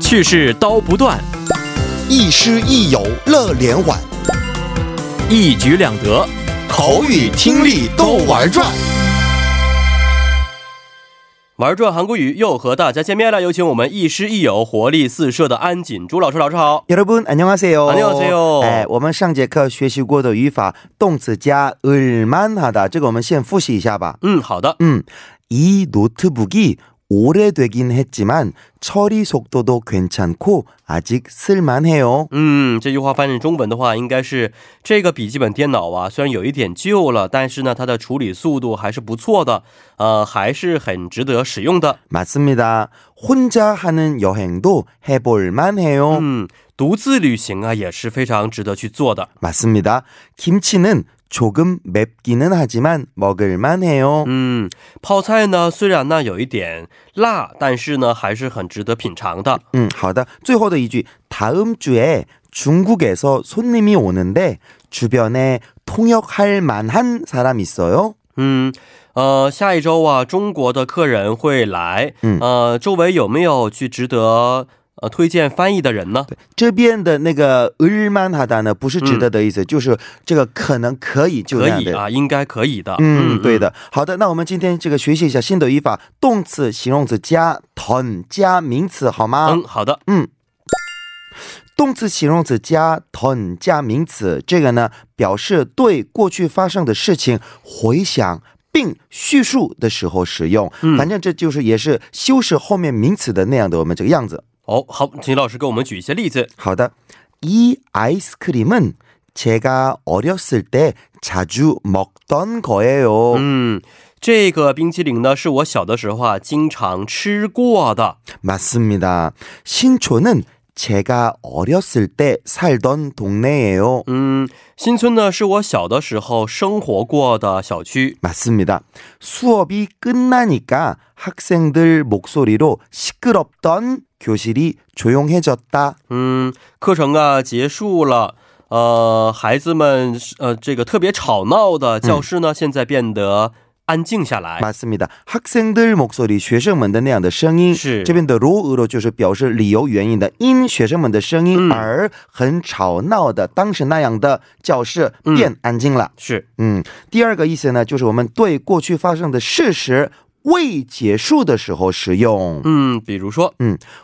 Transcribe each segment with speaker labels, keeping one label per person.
Speaker 1: 去世刀不断，
Speaker 2: 亦师亦友乐连环，
Speaker 1: 一举两得。
Speaker 2: 口语听力都玩转。
Speaker 1: 玩转韩国语又和大家见面了，有请我们亦师亦友、活力四射的安锦珠老师。老师好。
Speaker 3: 여러분 안녕하세요.
Speaker 1: 안녕하세요.
Speaker 3: 哎，我们上节课学习过的语法，动词加얼만하다，这个我们先复习一下吧。
Speaker 1: 嗯，好的。
Speaker 3: 이 노트북이 오래되긴 했지만 처리 속도도 괜찮고 아직 쓸만해요.
Speaker 1: 嗯，这句话翻译成中文的话，应该是这个笔记本电脑啊，虽然有一点旧了，但是呢，它的处理速度还是不错的，呃，还是很值得使用的。
Speaker 3: 맞습니다. 혼자 하는 여행도 해볼 만해요.
Speaker 1: 嗯，独自旅行啊，也是非常值得去做的。
Speaker 3: 맞습니다. 김치는 조금 맵기는 하지만 먹을 만해요.
Speaker 1: 嗯，泡菜呢，虽然呢有一点辣，但是呢，还是很值得品尝的。
Speaker 3: 음, 好的.最后的一句. 다음 주에 중국에서 손님이 오는데 주변에 통역할 만한 사람 있어요?
Speaker 1: 嗯，呃，下一周啊，中国的客人会来，
Speaker 3: 嗯
Speaker 1: 呃，周围有没有去值得呃推荐翻译的人呢？可以
Speaker 3: 这边的那个日漫哈达呢，不是值得的意思，就是这个可能可以就那样的。
Speaker 1: 啊，应该可以的。
Speaker 3: 嗯，对的。好的，那我们今天这个学习一下新的语法，动词、形容词加 ton 加名词，好吗？
Speaker 1: 嗯，好的。
Speaker 3: 动词、形容词加 ton 加名词，这个呢表示对过去发生的事情回想并叙述的时候使用。反正这就是也是修饰后面名词的那样的我们这个样子。
Speaker 1: 哦，好，请老师给我们举一些例子。
Speaker 3: 好的，이 아이스크림은 제가 어렸을 때 자주 먹던 거예요.
Speaker 1: 嗯，这个冰淇淋呢，是我小的时候啊经常吃过的。
Speaker 3: 맞습니다. 신촌은 제가 어렸을 때 살던 동네예요.
Speaker 1: 嗯，新村呢是我小的时候生活过的小区。
Speaker 3: 맞습니다. 수업이 끝나니까 학생들 목소리로 시끄럽던 교실이 조용해졌다.
Speaker 1: 嗯，课程啊结束了，呃，孩子们呃这个特别吵闹的教室呢，现在变得安静下来。
Speaker 3: 맞습니다. 학생들 목소리 学生们的那样的声音
Speaker 1: 是。
Speaker 3: 这边的 로으로 就是表示理由原因的因学生们的声音
Speaker 1: 嗯。
Speaker 3: 而很吵闹的当时那样的教室变安静了。
Speaker 1: 是，
Speaker 3: 嗯，第二个意思呢，就是我们对过去发生的事实未结束的时候使用。
Speaker 1: 嗯，比如说，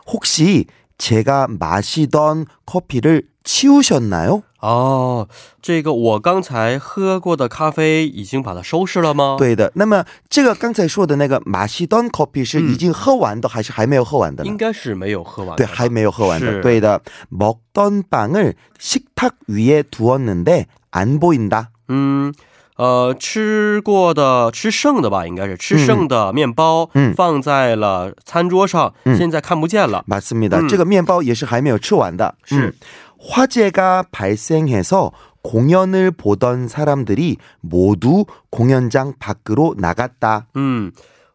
Speaker 3: 혹시제가마시던커피를치우셨나요？
Speaker 1: 哦，这个我刚才喝过的咖啡已经把它收拾了吗？，
Speaker 3: 对的。那么这个刚才说的那个马西顿 coffee 是已经喝完的，还是还没有喝完的呢
Speaker 1: 应？该是没有喝完的吧。
Speaker 3: 对，还没有喝完
Speaker 1: 是
Speaker 3: 的。对的。먹던빵을식탁위에두었는데안보인다。
Speaker 1: 嗯，呃，吃过的吃剩的吧，应该是吃剩的面包，
Speaker 3: 嗯
Speaker 1: 放在了餐桌上、现在看不见了。
Speaker 3: 맞습니다.
Speaker 1: 음.
Speaker 3: 这个面包也是还没有吃完的。
Speaker 1: 是。
Speaker 3: 화재가 발생해서 공연을 보던 사람들이 모두 공연장 밖으로 나갔다.
Speaker 1: 嗯，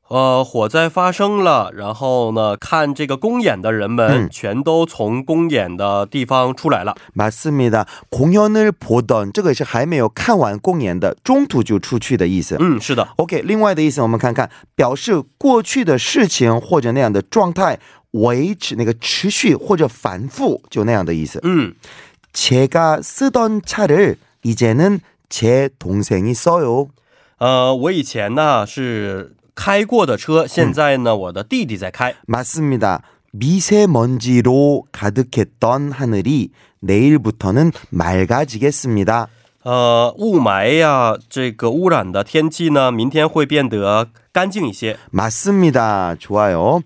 Speaker 1: 呃，火灾发生了，然后呢，看这个公演的人们
Speaker 3: 嗯
Speaker 1: 全都从公演的地方出来了。
Speaker 3: 맞습니다. 공연을 보던 这个是还没有看完公演的，中途就出去的意思。
Speaker 1: 嗯，是的，
Speaker 3: OK，另外的意思我们看看，表示过去的事情或者那样的状态维持那个持续或者反复，就那样的意思。
Speaker 1: 嗯，
Speaker 3: 제가 쓰던 차를 이제는 제 동생이 써요.
Speaker 1: 呃，我以前呢是开过的车，现
Speaker 3: 嗯
Speaker 1: 在呢、我的弟弟在开。
Speaker 3: 맞습니다. 미세먼지로 가득했던 하늘이 내일부터는 맑아지겠습니다.
Speaker 1: 呃，雾霾呀，这个污染的天气呢，明天会变得干净一些。
Speaker 3: 맞습니다. 좋아요.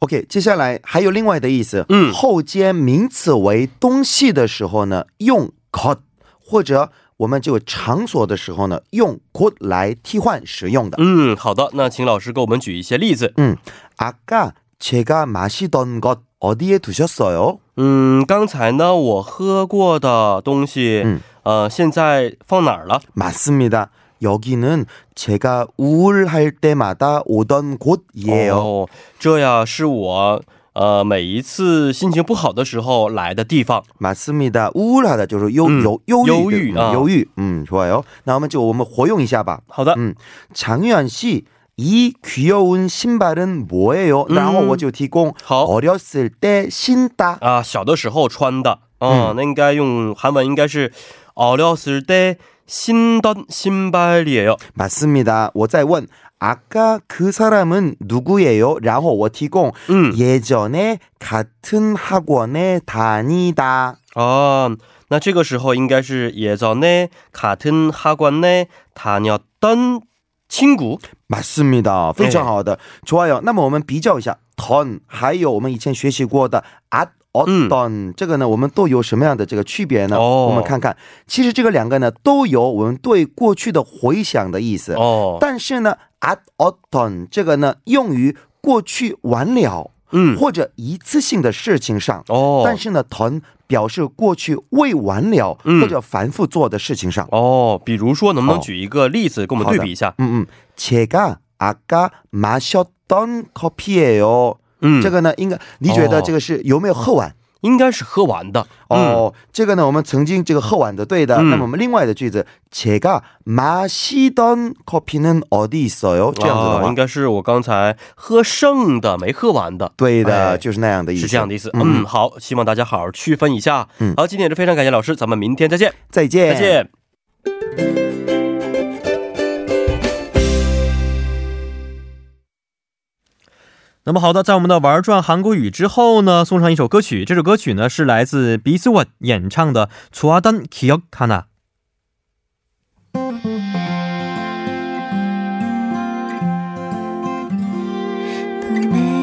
Speaker 3: OK，接下来还有另外的意思，
Speaker 1: 嗯
Speaker 3: 后接名词为东西的时候呢，用 것，或者我们这个场所的时候呢，用 got 来替换使用的。
Speaker 1: 嗯，好的，那请老师给我们举一些例子。
Speaker 3: 음, 아까 제가 마시던 것 어디에 두셨어요?
Speaker 1: 嗯，刚才呢我喝过的东西，
Speaker 3: 嗯
Speaker 1: 呃，现在放哪儿了？
Speaker 3: 맞습니다. 여기는 제가 우울할 때마다 오던 곳이에요.
Speaker 1: 哦，这呀是我呃每一次心情不好的时候来的地方。
Speaker 3: 맞습니다. 우울하다 就是忧
Speaker 1: 嗯
Speaker 3: 忧忧
Speaker 1: 忧
Speaker 3: 郁
Speaker 1: 郁
Speaker 3: 的
Speaker 1: 啊
Speaker 3: 음, 嗯忧郁。嗯，좋아요. 那我们就我们活用一下吧。
Speaker 1: 好的，
Speaker 3: 嗯，장유한 씨 이 귀여운 신발은 뭐예요?
Speaker 1: 嗯
Speaker 3: 然后我就提供
Speaker 1: 好
Speaker 3: 어렸을 때 신다
Speaker 1: 啊，小的时候穿的啊、
Speaker 3: 嗯
Speaker 1: 那应该用韩文应该是哦어렸을때신던신발이에요。
Speaker 3: 맞습니다. 我在问 아까 그 사람은 누구예요? 然后我提供
Speaker 1: 음.
Speaker 3: 예전에 같은 학원에 다니다.
Speaker 1: 啊，那这个时候应该是예전에같은학원에다녔던친구。 哎
Speaker 3: 맞습니다. 非常好的. 좋아요. 那么我们比较一下 던, 还有我们以前学习过的 at 어떤 这个呢，我们都有什么样的这个区别呢？
Speaker 1: 嗯哦。
Speaker 3: 我们看看，其实这个两个呢都有我们对过去的回想的意思。
Speaker 1: 哦，
Speaker 3: 但是呢，at autumn 这个呢用于过去完了，
Speaker 1: 嗯
Speaker 3: 或者一次性的事情上。
Speaker 1: 哦，
Speaker 3: 但是呢 done 表示过去未完了、
Speaker 1: 嗯
Speaker 3: 或者反复做的事情上。
Speaker 1: 哦，比如说，能不能
Speaker 3: 哦
Speaker 1: 举一个例子跟我们
Speaker 3: 好的
Speaker 1: 对比一下？
Speaker 3: 嗯嗯， 음, 제가아까마셨던커피예요。
Speaker 1: 嗯，
Speaker 3: 这
Speaker 1: 个
Speaker 3: 个呢，应该你觉
Speaker 1: 哦
Speaker 3: 得这个是有没有喝完？
Speaker 1: 应该是喝完的。嗯，
Speaker 3: 哦，这个呢，我们曾经这个喝完的，对的。
Speaker 1: 嗯
Speaker 3: 那么我们另外的句子，제가마시던커피는어디있어요？这样
Speaker 1: 아,
Speaker 3: 子的
Speaker 1: 啊
Speaker 3: 话
Speaker 1: 应，该是我刚才喝剩的，没喝完的。
Speaker 3: 对的，
Speaker 1: 哎
Speaker 3: 就是那样的意思，
Speaker 1: 是这样的意思。
Speaker 3: 嗯
Speaker 1: 嗯，好，希望大家好好区分一下。
Speaker 3: 嗯
Speaker 1: 好，今天也是非常感谢老师，咱们明天再见，
Speaker 3: 再见，
Speaker 1: 再
Speaker 4: 哎
Speaker 1: 见。
Speaker 4: 那么好的，在我们的玩转韩国语之后呢，送上一首歌曲。这首歌曲呢是来自 b i s w a t 演唱的《좋아던기억하나》。
Speaker 5: 또 내